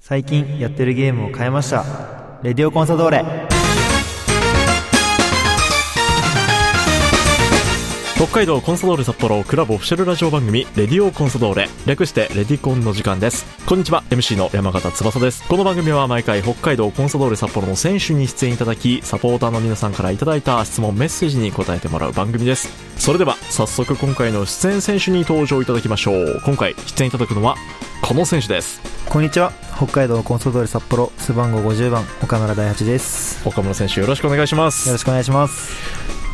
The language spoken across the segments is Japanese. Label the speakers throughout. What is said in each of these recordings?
Speaker 1: 最近やってるゲームを変えましたレディオコンサドーレ
Speaker 2: 北海道コンサドーレ札幌クラブオフィシャルラジオ番組「レディオコンサドーレ」略して「レディコン」の時間ですこんにちは MC の山形翼ですこの番組は毎回北海道コンサドーレ札幌の選手に出演いただきサポーターの皆さんからいただいた質問メッセージに答えてもらう番組ですそれでは早速今回の出演選手に登場いただきましょう今回出演いただくのはこの選手です
Speaker 1: こんにちは北海道コンサドーレ札幌背番号50番岡村大八です
Speaker 2: 岡村選手よろしくお願いし
Speaker 1: よ
Speaker 2: ま
Speaker 1: ろ
Speaker 2: す
Speaker 1: しくお願いします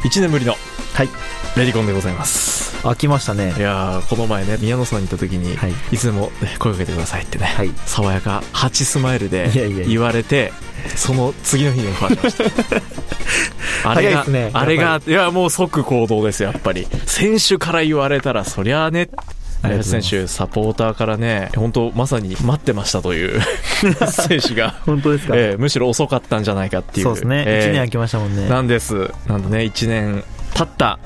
Speaker 2: 1年ぶりの
Speaker 1: はい
Speaker 2: レディコンでございます
Speaker 1: 飽きましたね
Speaker 2: いやーこの前ね宮野さんに行った時に、
Speaker 1: はい
Speaker 2: い、つでもね声かけてくださいってね、
Speaker 1: はい
Speaker 2: 爽やかハチスマイルで
Speaker 1: いやいやいや
Speaker 2: 言われてその次の日にオファーしましたあ れ
Speaker 1: 早い
Speaker 2: が
Speaker 1: ですね
Speaker 2: あれがいやもう即行動ですよやっぱり選手から言われたらそりゃあね
Speaker 1: ありがとうございます
Speaker 2: 選手サポーターからね本当まさに待ってましたという 選手が、
Speaker 1: 本当ですか、
Speaker 2: えーむしろ遅かったんじゃないかっていう
Speaker 1: そうですね、
Speaker 2: え
Speaker 1: 1
Speaker 2: ー
Speaker 1: 年空きましたもんね
Speaker 2: なんです。なんでね、1年経った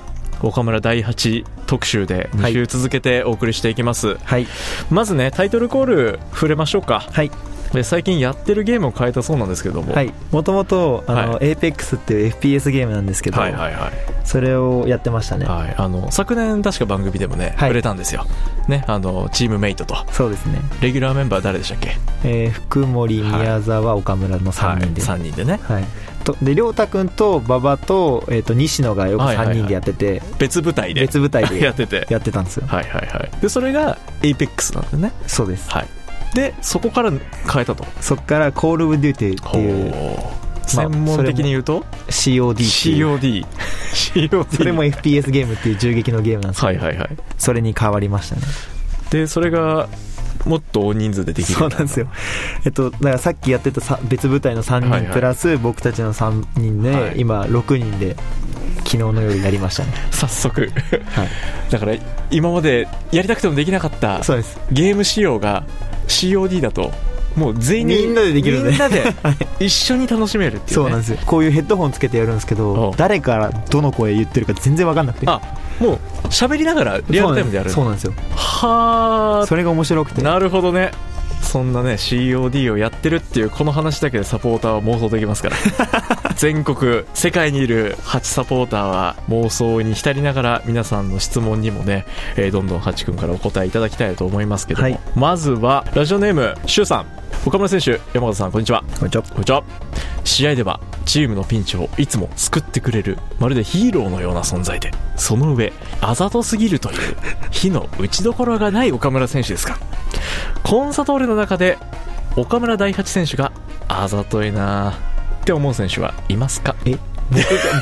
Speaker 2: 岡村第8特集で2週続けてお送りしていきます。
Speaker 1: はい
Speaker 2: まずね、タイトルコール触れましょうか。
Speaker 1: はい
Speaker 2: で最近やってるゲームを変えたそうなんですけども。
Speaker 1: はいもともとあの、
Speaker 2: は
Speaker 1: APEX っていう FPS ゲームなんですけど、
Speaker 2: はいはいはい
Speaker 1: それをやってましたね、
Speaker 2: はいあの昨年確か番組でもね、
Speaker 1: はい
Speaker 2: 触れたんですよねあのチームメイトと
Speaker 1: そうですね、
Speaker 2: レギュラーメンバー誰でしたっけ、
Speaker 1: えー福森
Speaker 2: はい
Speaker 1: 宮沢岡村の3人で、
Speaker 2: は
Speaker 1: はい
Speaker 2: い、3人でね
Speaker 1: とで亮太君と馬場と,、えー、と西野がよく
Speaker 2: はいはいは
Speaker 1: 3
Speaker 2: い
Speaker 1: 人でやってて、
Speaker 2: 別舞台で
Speaker 1: 別舞台 で
Speaker 2: やってて
Speaker 1: やってたんですよ
Speaker 2: はいはいはいでそれが APEX なんでね
Speaker 1: そうです
Speaker 2: はいでそこから変えたと
Speaker 1: そっから「コール・オブ・デューティー」っていう
Speaker 2: ほう専門的に言うと、
Speaker 1: COD っていう
Speaker 2: COD。COD。
Speaker 1: それも FPS ゲームっていう銃撃のゲームなんですけど、
Speaker 2: はいはいはい。
Speaker 1: それに変わりましたね
Speaker 2: で、それが、もっと大人数でできる。
Speaker 1: そうなんですよ。えっとだからさっきやってたさ別舞台の3
Speaker 2: はいは
Speaker 1: 人
Speaker 2: い
Speaker 1: プラス僕たちの3人で、
Speaker 2: はい
Speaker 1: 今6人で昨日の夜やりましたね
Speaker 2: 早速。
Speaker 1: はい
Speaker 2: だから、今までやりたくてもできなかった
Speaker 1: そうです
Speaker 2: ゲーム仕様が COD だと、もう全員
Speaker 1: みんなでできるんで
Speaker 2: みんな で一緒に楽しめるっていう、ね。
Speaker 1: そうなんですよこういうヘッドホンつけてやるんですけ
Speaker 2: お
Speaker 1: ど
Speaker 2: う
Speaker 1: 誰からどの声言ってるか全然分かんなくて
Speaker 2: あ、もう喋りながらリアルタイムでやる。
Speaker 1: そうなんですよ
Speaker 2: は
Speaker 1: それが面白くて
Speaker 2: ー。なるほどね。そんなね、COD をやってるっていうこの話だけでサポーターは妄想できますから。 全国、世界にいるハチサポーターは妄想に浸りながら皆さんの質問にもね、えーどんどんハチ君からお答えいただきたいと思いますけども、
Speaker 1: はい
Speaker 2: まずはラジオネーム、シュウさん、岡村選手、山本さん、こんにちは。
Speaker 1: これちょっ
Speaker 2: こんにちは。試合ではチームのピンチをいつも救ってくれるまるでヒーローのような存在でその上あざとすぎるという火の打ちどころがない岡村選手ですがコンサドーレの中で岡村大八選手があざといなぁって思う選手はいますか
Speaker 1: と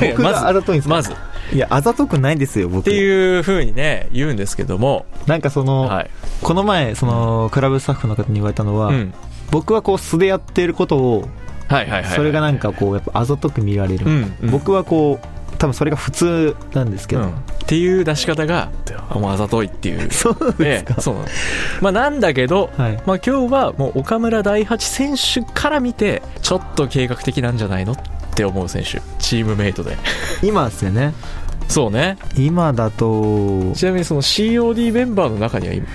Speaker 1: 僕
Speaker 2: まず
Speaker 1: があざといんですか
Speaker 2: まずっ
Speaker 1: いやあざとくないですよ僕
Speaker 2: ていうふうにね言うんですけども、
Speaker 1: なんかその、
Speaker 2: はい
Speaker 1: この前そのクラブスタッフの方に言われたのは、
Speaker 2: うん、
Speaker 1: 僕はこう素でやってることを
Speaker 2: はいはいはいはい
Speaker 1: それがなんかこうやっぱあざとく見られる、
Speaker 2: うん、うん
Speaker 1: 僕はこう多分それが普通なんですけど、
Speaker 2: うんっていう出し方があもうあざといっていう
Speaker 1: そうですか、
Speaker 2: ええそうなのまあなんだけど、
Speaker 1: はい
Speaker 2: まあ、今日はもう岡村大八選手から見てちょっと計画的なんじゃないのって思う選手チームメイトで
Speaker 1: 今ですよね
Speaker 2: そうね
Speaker 1: 今だと
Speaker 2: ちなみにその COD メンバーの中には今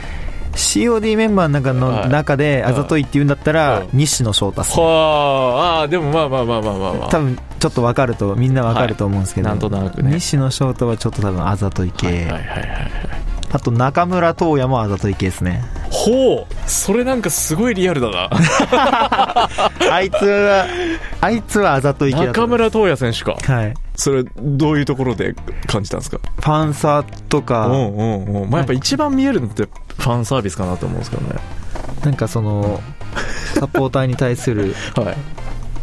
Speaker 1: COD メンバーの中
Speaker 2: は
Speaker 1: の
Speaker 2: い
Speaker 1: 中であざといって言うんだったら、
Speaker 2: うん
Speaker 1: 西野翔太さん
Speaker 2: はああーでもまあまあまあまあまあまあ
Speaker 1: 多分ちょっと分かるとみんな分かると思うんですけど、
Speaker 2: はいなんとなくね
Speaker 1: 西野翔太はちょっと多分あざとい系、
Speaker 2: はいはいはいはい
Speaker 1: あと中村東也もあざとい系ですね
Speaker 2: ほうそれなんかすごいリアルだな
Speaker 1: あいつはあいつはあざとい系だと
Speaker 2: 中
Speaker 1: 思う
Speaker 2: 村東也選手か
Speaker 1: はい
Speaker 2: それどういうところで感じたんですか
Speaker 1: ファンサーと
Speaker 2: う
Speaker 1: か、
Speaker 2: んうんうんまあやっぱ一番見えるのってファンサービスかなと思うんですけどね
Speaker 1: なんかそのサポーターに対す る
Speaker 2: はい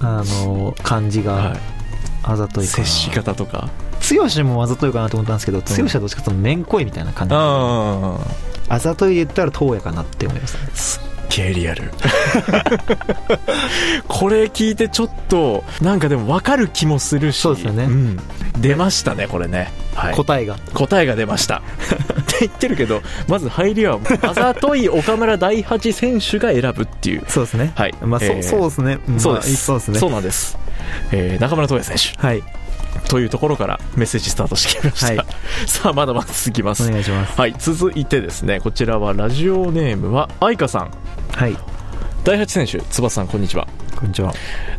Speaker 1: あの感じが
Speaker 2: は
Speaker 1: あざと
Speaker 2: い
Speaker 1: いか
Speaker 2: 接
Speaker 1: な、
Speaker 2: し方とか
Speaker 1: 剛もあざといかなと思ったんですけど、剛はどっちかというとめんこいみたいな感じ、
Speaker 2: ああ
Speaker 1: あざといで言ったら東也かなって思いますね
Speaker 2: すっげえリアル これ聞いてちょっとなんかでも分かる気もするし
Speaker 1: そうですよね
Speaker 2: ん出ましたねこれね、はい、
Speaker 1: 答えが
Speaker 2: 答えが出ましたって言ってるけどまず入りはあざとい岡村大八選手が選ぶっていう
Speaker 1: そうですね
Speaker 2: はい
Speaker 1: まあ、そ
Speaker 2: えー
Speaker 1: そうですね、まあ
Speaker 2: そうです、
Speaker 1: そうですね
Speaker 2: そうなんです、えー中村東也選
Speaker 1: はい
Speaker 2: 手というところからメッセージスタートしてきました、
Speaker 1: はい
Speaker 2: さあまだまだ続きま
Speaker 1: お
Speaker 2: す
Speaker 1: 願いします
Speaker 2: はい続いてですねこちらはラジオネームは愛花さん
Speaker 1: はい
Speaker 2: 第八選手翼さんこんにちは
Speaker 1: こんにちは。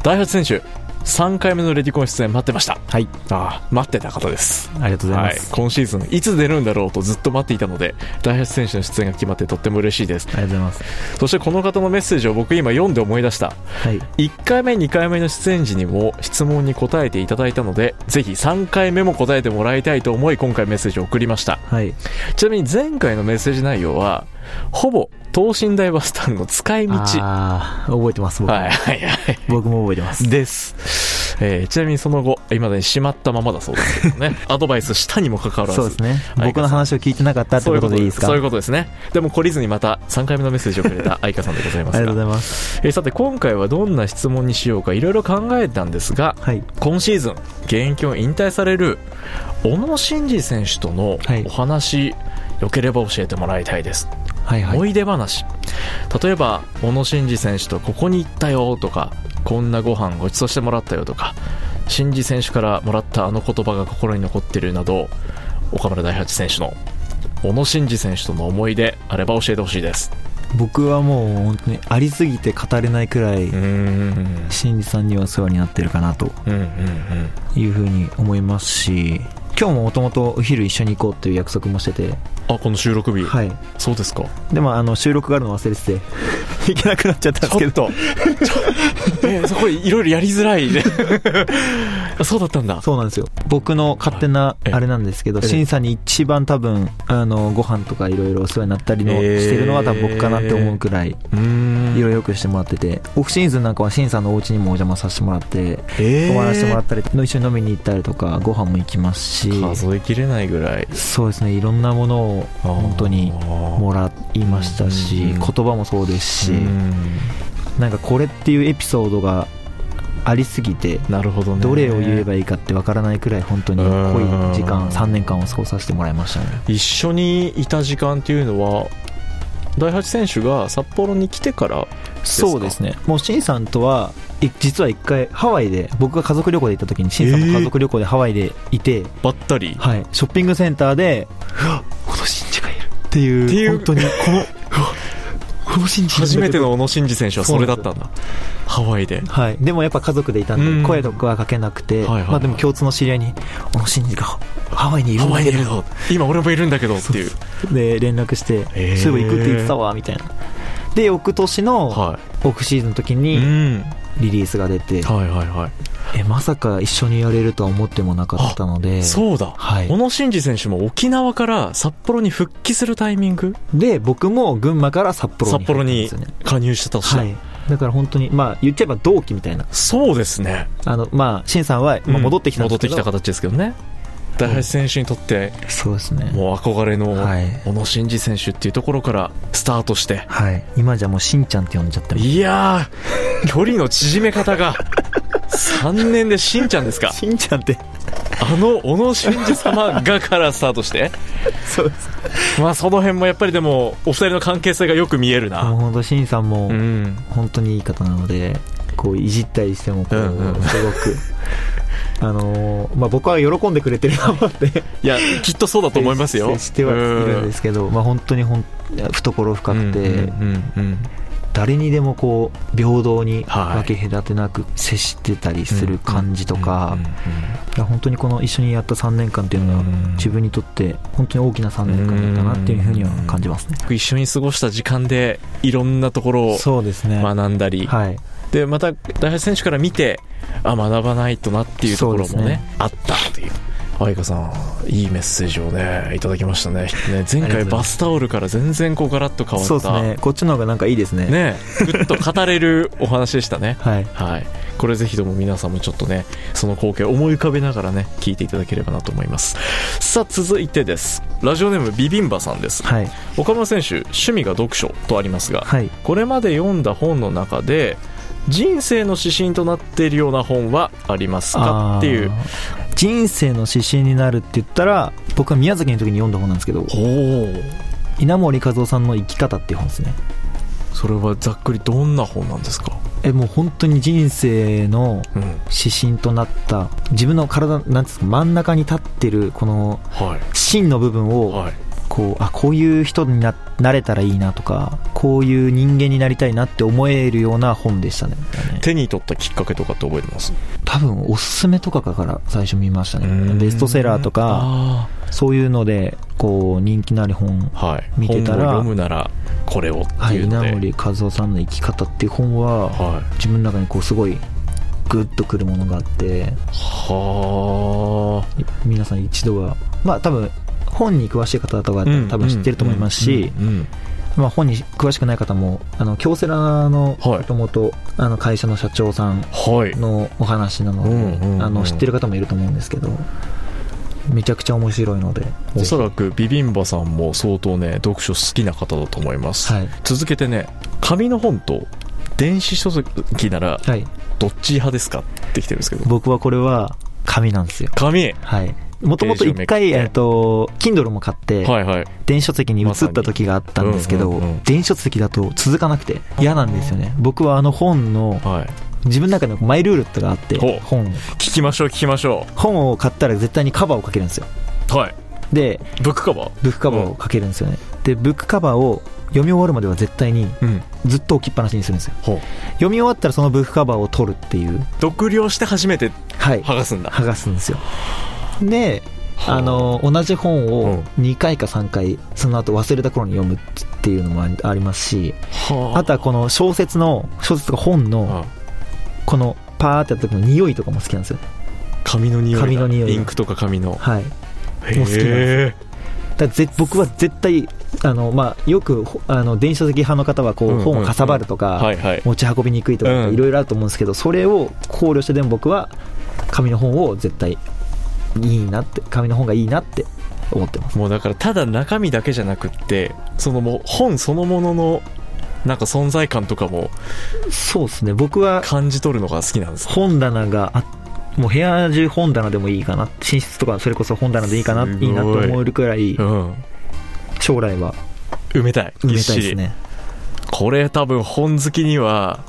Speaker 2: 第八選手3回目のレディコン出演待ってました
Speaker 1: はい。
Speaker 2: ああ待ってた方です
Speaker 1: ありがとうござい
Speaker 2: は
Speaker 1: ま
Speaker 2: い
Speaker 1: す。、
Speaker 2: 今シーズンいつ出るんだろうとずっと待っていたので大八選手の出演が決まってとっても嬉しいです
Speaker 1: ありがとうございます。
Speaker 2: そしてこの方のメッセージを僕今読んで思い出した
Speaker 1: はい。
Speaker 2: 1回目2回目の出演時にも質問に答えていただいたのでぜひ3回目も答えてもらいたいと思い今回メッセージを送りました
Speaker 1: はい。
Speaker 2: ちなみに前回のメッセージ内容はほぼ等身大バスターの使い道は
Speaker 1: ああ、覚えてます、
Speaker 2: い
Speaker 1: 僕も。
Speaker 2: はいはい
Speaker 1: 僕も覚えてます。
Speaker 2: です、えーちなみにその後未だにしまったままだそうですけど ねアドバイスしたにもかかわらず
Speaker 1: そうですね。
Speaker 2: い
Speaker 1: 僕の話を聞いてなかったって
Speaker 2: そうい
Speaker 1: こ
Speaker 2: うことと
Speaker 1: でいい
Speaker 2: で
Speaker 1: ですすか
Speaker 2: そういうことですねでも懲りずにまた3回目のメッセージをくれた愛花さんでございま
Speaker 1: あ
Speaker 2: す
Speaker 1: りが
Speaker 2: が
Speaker 1: とうございます。
Speaker 2: えーさて今回はどんな質問にしようかいろいろ考えたんですが
Speaker 1: はい。
Speaker 2: 今シーズン現役を引退される小野伸二選手との
Speaker 1: はい
Speaker 2: お話、良ければ教えてもらいたいです、
Speaker 1: はいはい。
Speaker 2: 思い出話例えば小野伸二選手とここに行ったよとかこんなご飯ごちそうしてもらったよとか伸二選手からもらったあの言葉が心に残ってるなど岡村大八選手の小野伸二選手との思い出あれば教えてほしいです
Speaker 1: 僕はもう本当にありすぎて語れないくらい、
Speaker 2: うーん
Speaker 1: 新次さんにはお世話になってるかなと
Speaker 2: うんうんうん
Speaker 1: いうふうに思いますし、今日ももともとお昼一緒に行こうという約束もしてて、
Speaker 2: あこの収録日、
Speaker 1: はい。
Speaker 2: そうですか
Speaker 1: でもあの収録があるの忘れて て、行けなくなっちゃったんですけ
Speaker 2: ち
Speaker 1: ど
Speaker 2: ょっ。と、ちょえそこいろいろやりづらいね。あ そうだったんだ。
Speaker 1: そうなんですよ僕の勝手な
Speaker 2: ええ
Speaker 1: あれなんですけど、
Speaker 2: ええ
Speaker 1: 審査に一番多分あのご飯とかいろいろお世話になったりの、
Speaker 2: ええ
Speaker 1: してるのは多分僕かなって思うくらいいろいろ
Speaker 2: ん。
Speaker 1: よくしてもらっててオフシーズンなんかは審査のお家にもお邪魔させてもらって
Speaker 2: え
Speaker 1: 泊まらせてもらったり、一緒に飲みに行ったりとかご飯も行きますし
Speaker 2: 数えきれないぐらい。
Speaker 1: そうですねいろんなものを本当にもらいましたし、
Speaker 2: うんうんうん
Speaker 1: 言葉もそうですし、
Speaker 2: うん
Speaker 1: なんかこれっていうエピソードがありすぎて
Speaker 2: なるほどね。
Speaker 1: どれを言えばいいかってわからないくらい本当に濃い時
Speaker 2: うん
Speaker 1: 間3年間を過ごさせてもらいましたね
Speaker 2: 一緒にいた時間っていうのは、第八選手が札幌に来てからすか
Speaker 1: そうですねもうシンさんとはい実は一回ハワイで僕が家族旅行で行った時にシンさんも家族旅行でハワイでいて、
Speaker 2: ばったり。
Speaker 1: はい、ショッピングセンターでうわこのシンジがいるっていう
Speaker 2: っていう
Speaker 1: 本当にこのうわこのシンジ
Speaker 2: 初めての小野伸二選手はそれだったんだ。ハワイで。
Speaker 1: はい、でもやっぱ家族でいたんで、
Speaker 2: うん
Speaker 1: 声とかはかけなくて、
Speaker 2: はいはいはい
Speaker 1: まあ、でも共通の知り合いに「このシンジがハワイにいる
Speaker 2: ハ
Speaker 1: んだ
Speaker 2: ワイに
Speaker 1: け
Speaker 2: い
Speaker 1: ど
Speaker 2: るぞ。今俺もいるんだけどっていう。」
Speaker 1: で連絡して
Speaker 2: へ
Speaker 1: 「
Speaker 2: ー
Speaker 1: そういえば行くって言ってたわ」みたいなで翌年の
Speaker 2: は
Speaker 1: オフシーズンの時
Speaker 2: い。う
Speaker 1: に
Speaker 2: ん。
Speaker 1: リリースが出て、
Speaker 2: はいはいはい。
Speaker 1: えまさか一緒にやれるとは思ってもなかったので
Speaker 2: そうだ。
Speaker 1: はい
Speaker 2: 小野伸二選手も沖縄から札幌に復帰するタイミング
Speaker 1: で僕も群馬から札幌
Speaker 2: 札
Speaker 1: に入った
Speaker 2: 幌
Speaker 1: んで
Speaker 2: に
Speaker 1: すよね
Speaker 2: 加入してた年だ、
Speaker 1: はいだから本当にまあ言っちゃえば同期みたいな
Speaker 2: そうですね、
Speaker 1: あのまあシンさんは、まあ、
Speaker 2: うん
Speaker 1: 戻ってきたん
Speaker 2: 戻
Speaker 1: で
Speaker 2: っ
Speaker 1: すけ
Speaker 2: て
Speaker 1: ど、
Speaker 2: きた形ですけどね大橋選手にとって
Speaker 1: そうですね
Speaker 2: もう憧れの
Speaker 1: はい
Speaker 2: 小野伸二選手っていうところからスタートして
Speaker 1: はい今じゃもうしんちゃんって呼んじゃってます
Speaker 2: いやー距離の縮め方が3年で しんちゃんですか
Speaker 1: しんちゃんって
Speaker 2: あの小野伸二様がからスタートして
Speaker 1: そうです
Speaker 2: まあその辺もやっぱりでもお二人の関係性がよく見えるな
Speaker 1: 本当しんさんも
Speaker 2: うん
Speaker 1: 本当にいい方なのでこういじったりしてもこう、
Speaker 2: うんうん
Speaker 1: すごく あのーまあ僕は喜んでくれてるな思って
Speaker 2: いやきっとそうだと 思いますよ
Speaker 1: 接してはいるんですけど、まあ、本当にほん懐深くて、
Speaker 2: うんうんうんうん
Speaker 1: 誰にでもこう平等に
Speaker 2: はい
Speaker 1: 分け隔てなく接してたりする感じとか、いや本当にこの一緒にやった3年間っていうのは
Speaker 2: うん
Speaker 1: 自分にとって本当に大きな3年間だったなっていうふうには感じますね。
Speaker 2: 一緒に過ごした時間でいろんなところを
Speaker 1: そうですね
Speaker 2: 学んだり、
Speaker 1: はい、
Speaker 2: でまた大橋選手から見てあ学ばないとなっていうところ
Speaker 1: そ
Speaker 2: も
Speaker 1: う
Speaker 2: ね
Speaker 1: ですね
Speaker 2: あったという愛花さんいいメッセージをねいただきました ねね前回バスタオルから全然こうガラッと変わった
Speaker 1: そうですねこっちの方がなんかいいですね
Speaker 2: ねぐっと語れるお話でしたね
Speaker 1: はい
Speaker 2: はい、これぜひとも皆さんもちょっとねその光景を思い浮かべながらね聞いていただければなと思いますさあ続いてですラジオネームビビンバさんです
Speaker 1: はい
Speaker 2: 岡村選手趣味が読書とありますが
Speaker 1: はい
Speaker 2: これまで読んだ本の中で人生の指針となっているような本はありますかっていう
Speaker 1: あー人生の指針になるって言ったら僕は宮崎の時に読んだ本なんですけど
Speaker 2: おお
Speaker 1: 稲森和夫さんの生き方っていう本ですね
Speaker 2: それはざっくりどんな本なんですか
Speaker 1: えもう本当に人生の
Speaker 2: うん
Speaker 1: 指針となった自分の体なんていうんですか真ん中に立ってるこの
Speaker 2: はい
Speaker 1: 芯の部分を
Speaker 2: はい
Speaker 1: こうあこういう人にななれたらいいなとかこういう人間になりたいなって思えるような本でしたね
Speaker 2: 手に取ったきっかけとかって覚えてます
Speaker 1: 多分おすすめとかから最初見ましたねベストセラーとか
Speaker 2: か
Speaker 1: そういうのでこう人気のある本
Speaker 2: はい
Speaker 1: 見てたら
Speaker 2: 本を読むならこれをっ
Speaker 1: は
Speaker 2: て
Speaker 1: い
Speaker 2: いう
Speaker 1: 稲
Speaker 2: ので、
Speaker 1: 森和夫さんの生き方っていう本は
Speaker 2: はい
Speaker 1: 自分の中にこうすごいグッとくるものがあって
Speaker 2: は
Speaker 1: 皆さん一度はまあ多分本に詳しい方とかだ
Speaker 2: あ
Speaker 1: ったら多分知ってると思いますし、
Speaker 2: うんうんうん
Speaker 1: まあ、本に詳しくない方もあの京セラの
Speaker 2: はい
Speaker 1: もともとあの会社の社長さん
Speaker 2: はい
Speaker 1: のお話なので、
Speaker 2: うんうんうん
Speaker 1: あの知ってる方もいると思うんですけどめちゃくちゃ面白いので
Speaker 2: おそ
Speaker 1: ら
Speaker 2: らくビビンバさんも相当ね読書好きな方だと思います、
Speaker 1: はい、
Speaker 2: 続けてね紙の本と電子書籍なら
Speaker 1: はい、
Speaker 2: どっち派ですかってきてるんですけど
Speaker 1: 僕はこれは紙なんですよ
Speaker 2: 紙、
Speaker 1: はいもともと一回、
Speaker 2: ページをめくって
Speaker 1: えっと、Kindle も買って、
Speaker 2: はいはい
Speaker 1: 電子書籍に移った時があったんですけど、
Speaker 2: まさにうんうんうん
Speaker 1: 電子書籍だと続かなくて嫌なんですよね。僕はあの本の、
Speaker 2: はい
Speaker 1: 自分の中のマイルールってのがあって
Speaker 2: ほう、
Speaker 1: 本、
Speaker 2: 聞きましょう聞きましょ
Speaker 1: 本を買ったら絶対にカバーをかけるんですよ。
Speaker 2: うはい
Speaker 1: で、
Speaker 2: ブックカバー
Speaker 1: ブックカバーをかけるんですよね、でブックカバーを読み終わるまでは絶対に
Speaker 2: うん
Speaker 1: ずっと置きっぱなしにするんですよ
Speaker 2: ほう
Speaker 1: 読み終わったらそのブックカバーを取るっていう
Speaker 2: 読了して初めて
Speaker 1: はい
Speaker 2: 剥がすんだ
Speaker 1: 剥がすんですよであの同じ本
Speaker 2: うん
Speaker 1: を2回か3回その後忘れた頃に読むっていうのもありありますし
Speaker 2: は
Speaker 1: あとはこの小説の小説とか本の
Speaker 2: あ
Speaker 1: このパーってやった時の匂いとかも好きなんですよ
Speaker 2: 紙の匂いだ
Speaker 1: 紙の匂いだ
Speaker 2: インクとか紙の
Speaker 1: はい
Speaker 2: へ
Speaker 1: もう好きなん
Speaker 2: え
Speaker 1: だからぜ僕は絶対あの、まあ、よくほあの電子書籍派の方はこ
Speaker 2: うんうん
Speaker 1: う
Speaker 2: うん
Speaker 1: 本をかさばるとか、
Speaker 2: はいはい
Speaker 1: 持ち運びにくいとか
Speaker 2: うん
Speaker 1: いろいろあると思うんですけど、それを考慮してでも僕は紙の本を絶対いいなって紙の本がいいなって思ってます
Speaker 2: もうだからただ中身だけじゃなくってそのもう本そのもののなんか存在感とかも
Speaker 1: そうですね僕は
Speaker 2: 感じ取るのが好きなんです
Speaker 1: 本棚があもう部屋中本棚でもいいかな寝室とかそれこそ本棚でいいかな
Speaker 2: すごい
Speaker 1: いいなと思えるくらい
Speaker 2: うん
Speaker 1: 将来は
Speaker 2: 埋めたい
Speaker 1: 埋
Speaker 2: ぎっ
Speaker 1: めた
Speaker 2: し
Speaker 1: い
Speaker 2: り
Speaker 1: ですね
Speaker 2: これ多分本好きには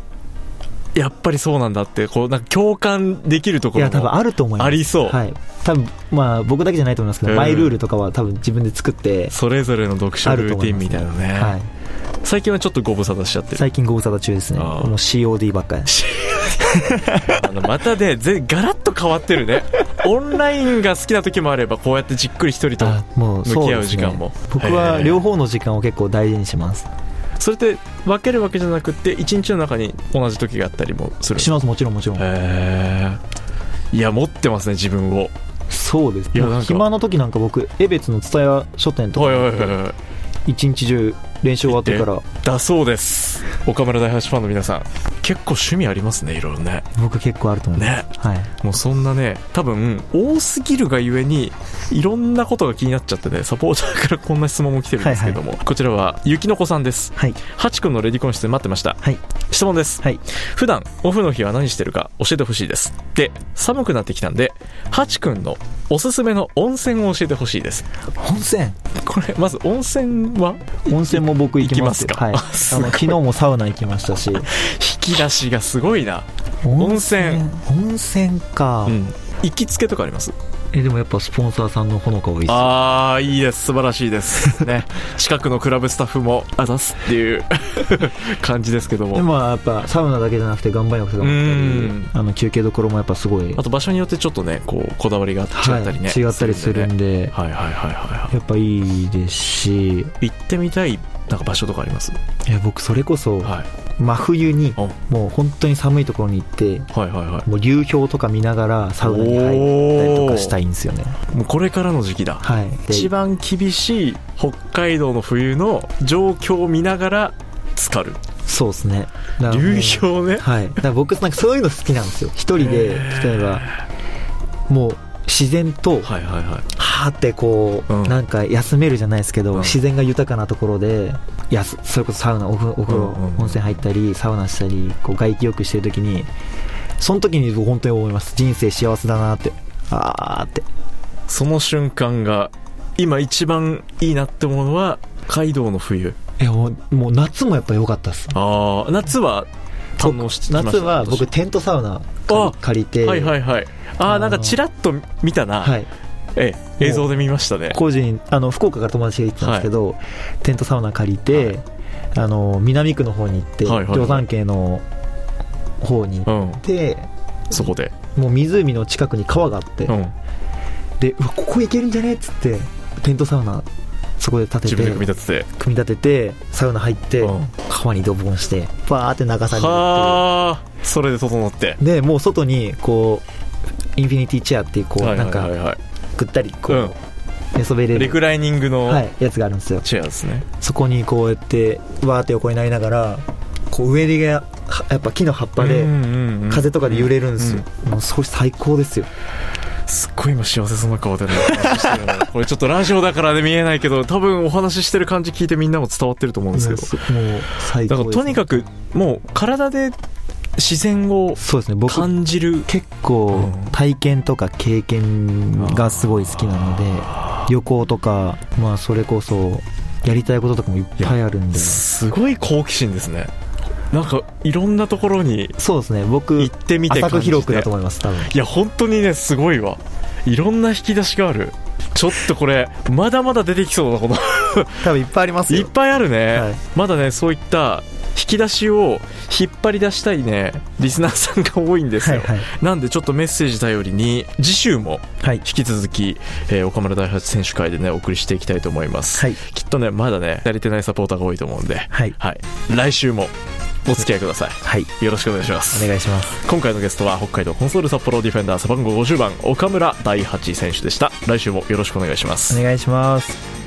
Speaker 2: やっぱりそうなんだってこうなんか共感できると
Speaker 1: い
Speaker 2: ころ
Speaker 1: や多分
Speaker 2: も
Speaker 1: あると思います
Speaker 2: ありそう
Speaker 1: はい多分まあ僕だけじゃないと思いますけど、
Speaker 2: うん
Speaker 1: マイルールとかは多分自分で作って
Speaker 2: それぞれの読書
Speaker 1: ある
Speaker 2: ル
Speaker 1: と
Speaker 2: ー
Speaker 1: 思
Speaker 2: テ
Speaker 1: い
Speaker 2: ィン
Speaker 1: ます
Speaker 2: みたいなね
Speaker 1: はい、
Speaker 2: 最近はちょっとご無沙汰しちゃってる
Speaker 1: 最近ご無沙汰中ですね
Speaker 2: あー
Speaker 1: もう COD ばっかり
Speaker 2: あのまたねぜガラッと変わってるねオンラインが好きな時もあればこうやってじっくり一人と
Speaker 1: あもう
Speaker 2: 向
Speaker 1: そう
Speaker 2: き合
Speaker 1: で
Speaker 2: う
Speaker 1: す
Speaker 2: 時
Speaker 1: ね
Speaker 2: 間も
Speaker 1: 僕は
Speaker 2: へー
Speaker 1: 両方の時間を結構大事にします
Speaker 2: それって分けるわけじゃなくって一日の中に同じ時があったりもする
Speaker 1: しますもちろんもちろん
Speaker 2: へえいや持ってますね自分を
Speaker 1: そうです
Speaker 2: いや
Speaker 1: もう
Speaker 2: なんか
Speaker 1: 暇の時なんか僕江別の蔦屋書店と
Speaker 2: はいはい
Speaker 1: か
Speaker 2: はいはい
Speaker 1: 一日中練習終わってから
Speaker 2: だそうです岡村大橋ファンの皆さん結構趣味ありますねいろいろね
Speaker 1: 僕結構あると思います、
Speaker 2: ね
Speaker 1: はい、
Speaker 2: もうそんなね多分多すぎるがゆえにいろんなことが気になっちゃってねサポーターからこんな質問も来てるんですけども、こちらはゆきのこさんです
Speaker 1: はい、
Speaker 2: ハチ君のレディコン室で待ってました、
Speaker 1: はい
Speaker 2: 質問です、
Speaker 1: はい
Speaker 2: 普段オフの日は何してるか教えてほしいですで寒くなってきたんでハチ君のおすすめの温泉を教えてほしいです
Speaker 1: 温泉
Speaker 2: これまず温泉は
Speaker 1: 温泉も僕行きますよ
Speaker 2: 行きますか
Speaker 1: はい、
Speaker 2: あ
Speaker 1: あ
Speaker 2: すごい
Speaker 1: の昨日もサウナ行きましたし
Speaker 2: 引き出しがすごいな温泉
Speaker 1: 温泉か、
Speaker 2: うん行きつけとかあります
Speaker 1: えでもやっぱスポンサーさんのほのか多いです
Speaker 2: ああいいです素晴らしいですね近くのクラブスタッフもあざすっていう 感じですけど
Speaker 1: で
Speaker 2: も
Speaker 1: もやっぱサウナだけじゃなくて岩盤浴とかもあった
Speaker 2: うん
Speaker 1: りあの休憩どころもやっぱすごい
Speaker 2: あと場所によってちょっとねこうこだわりが違ったりね、
Speaker 1: はい違ったりする
Speaker 2: ね
Speaker 1: んで
Speaker 2: はいはいはいはいは
Speaker 1: やっぱいいですし
Speaker 2: い行ってみたいなんか場所とかあります
Speaker 1: いや僕それこそ
Speaker 2: はい
Speaker 1: 真冬に
Speaker 2: お
Speaker 1: もう本当に寒いところに行って
Speaker 2: はいはいは
Speaker 1: もう流氷とか見ながらサウナに入ったりとかしたいんですよね
Speaker 2: いもうこれからの時期だ
Speaker 1: はいで
Speaker 2: 一番厳しい北海道の冬の状況を見ながら浸かる
Speaker 1: そうですねだからもう
Speaker 2: 流氷ね
Speaker 1: はいだから僕なんかそういうの好きなんですよ一人で例えばもう自然と
Speaker 2: はいはいはい
Speaker 1: はーってこう、
Speaker 2: うん
Speaker 1: なんか休めるじゃないですけど、
Speaker 2: うん
Speaker 1: 自然が豊かなところでやすそれこそサウナお風お風呂、
Speaker 2: うんうんうん
Speaker 1: 温泉入ったりサウナしたりこう外気浴してる時にその時に僕本当に思います人生幸せだなってあーって
Speaker 2: その瞬間が今一番いいなって思うのは北海道の冬
Speaker 1: えもうもう夏もやっぱ良かったっす
Speaker 2: ああ夏は堪能してきました
Speaker 1: 夏は僕テントサウナ借り
Speaker 2: あ
Speaker 1: 借りて
Speaker 2: はいはいはいああ
Speaker 1: あの
Speaker 2: なんかちらっと見たな、
Speaker 1: はい
Speaker 2: ええ映像で見ましたね
Speaker 1: 個人あの福岡から友達が行ってたんですけど、テントサウナ借りて、
Speaker 2: はい
Speaker 1: あの南区の方に行って、
Speaker 2: はいはいはい
Speaker 1: 定山渓の方に行っ
Speaker 2: うん
Speaker 1: て、
Speaker 2: そこで
Speaker 1: もう湖の近くに川があって、
Speaker 2: うん
Speaker 1: でうわここ行けるんじゃねっつってテントサウナそこで立て
Speaker 2: 自
Speaker 1: て
Speaker 2: 分
Speaker 1: 組
Speaker 2: で組み立てて
Speaker 1: み立ててサウナ入って、
Speaker 2: うん
Speaker 1: 川にドボンしてバーって流されるっ
Speaker 2: はあそれで整って
Speaker 1: ていうでもう外にこうインフィニティチェアっていうこう、
Speaker 2: はいはい
Speaker 1: な
Speaker 2: は
Speaker 1: ん
Speaker 2: い
Speaker 1: か
Speaker 2: は
Speaker 1: ぐったりこう、
Speaker 2: うん
Speaker 1: 寝そべれ
Speaker 2: いリ
Speaker 1: る、
Speaker 2: クライニングの
Speaker 1: はい、やつがあるんですよ
Speaker 2: チェアですね
Speaker 1: そこにこうやってわーって横になりながらこう上でがはやっぱ木の葉っぱで
Speaker 2: うんうんうん
Speaker 1: 風とかで揺れるんですよ、もうそう最高ですよ
Speaker 2: すっごい今幸せそうな顔でね話してるな これちょっとラジオだからね見えないけど多分お話ししてる感じ聞いてみんなも伝わってると思うんですけど
Speaker 1: もうもう最
Speaker 2: だ
Speaker 1: 高
Speaker 2: からとにか
Speaker 1: く
Speaker 2: くもう体で自然を
Speaker 1: そうですね僕
Speaker 2: 感じる
Speaker 1: 結構
Speaker 2: うん
Speaker 1: 体験とか経験がすごい好きなので旅行とかまあそれこそやりたいこととかもいっぱいあるんで
Speaker 2: ですごい好奇心ですねなんかいろんなところに
Speaker 1: そうですね僕
Speaker 2: 行ってみて
Speaker 1: 浅く
Speaker 2: 感じ
Speaker 1: 広く
Speaker 2: て
Speaker 1: だと思います多分
Speaker 2: いや本当にねすごいわいろんな引き出しがあるちょっとこれまだまだ出てきそうだこの
Speaker 1: 多分いっぱいあります
Speaker 2: いっぱいあるね、
Speaker 1: はい
Speaker 2: まだねそういった引き出しを引っ張り出したいねリスナーさんが多いんです
Speaker 1: は
Speaker 2: よ、
Speaker 1: いはい
Speaker 2: なんでちょっとメッセージ頼りに次週も
Speaker 1: はい
Speaker 2: 引き続き、えー岡村大八選手会でねお送りしていきたいと思います、
Speaker 1: はい
Speaker 2: きっとねまだね足りてないサポーターが多いと思うんで、
Speaker 1: はい
Speaker 2: はい、来週もお付き合いくださ
Speaker 1: はい
Speaker 2: いよろしくお願いします
Speaker 1: お願いします
Speaker 2: 今回のゲストは北海道コンソール札幌ディフェンダー背番号50番岡村大八選手でした来週もよろしくお願いします
Speaker 1: お願いします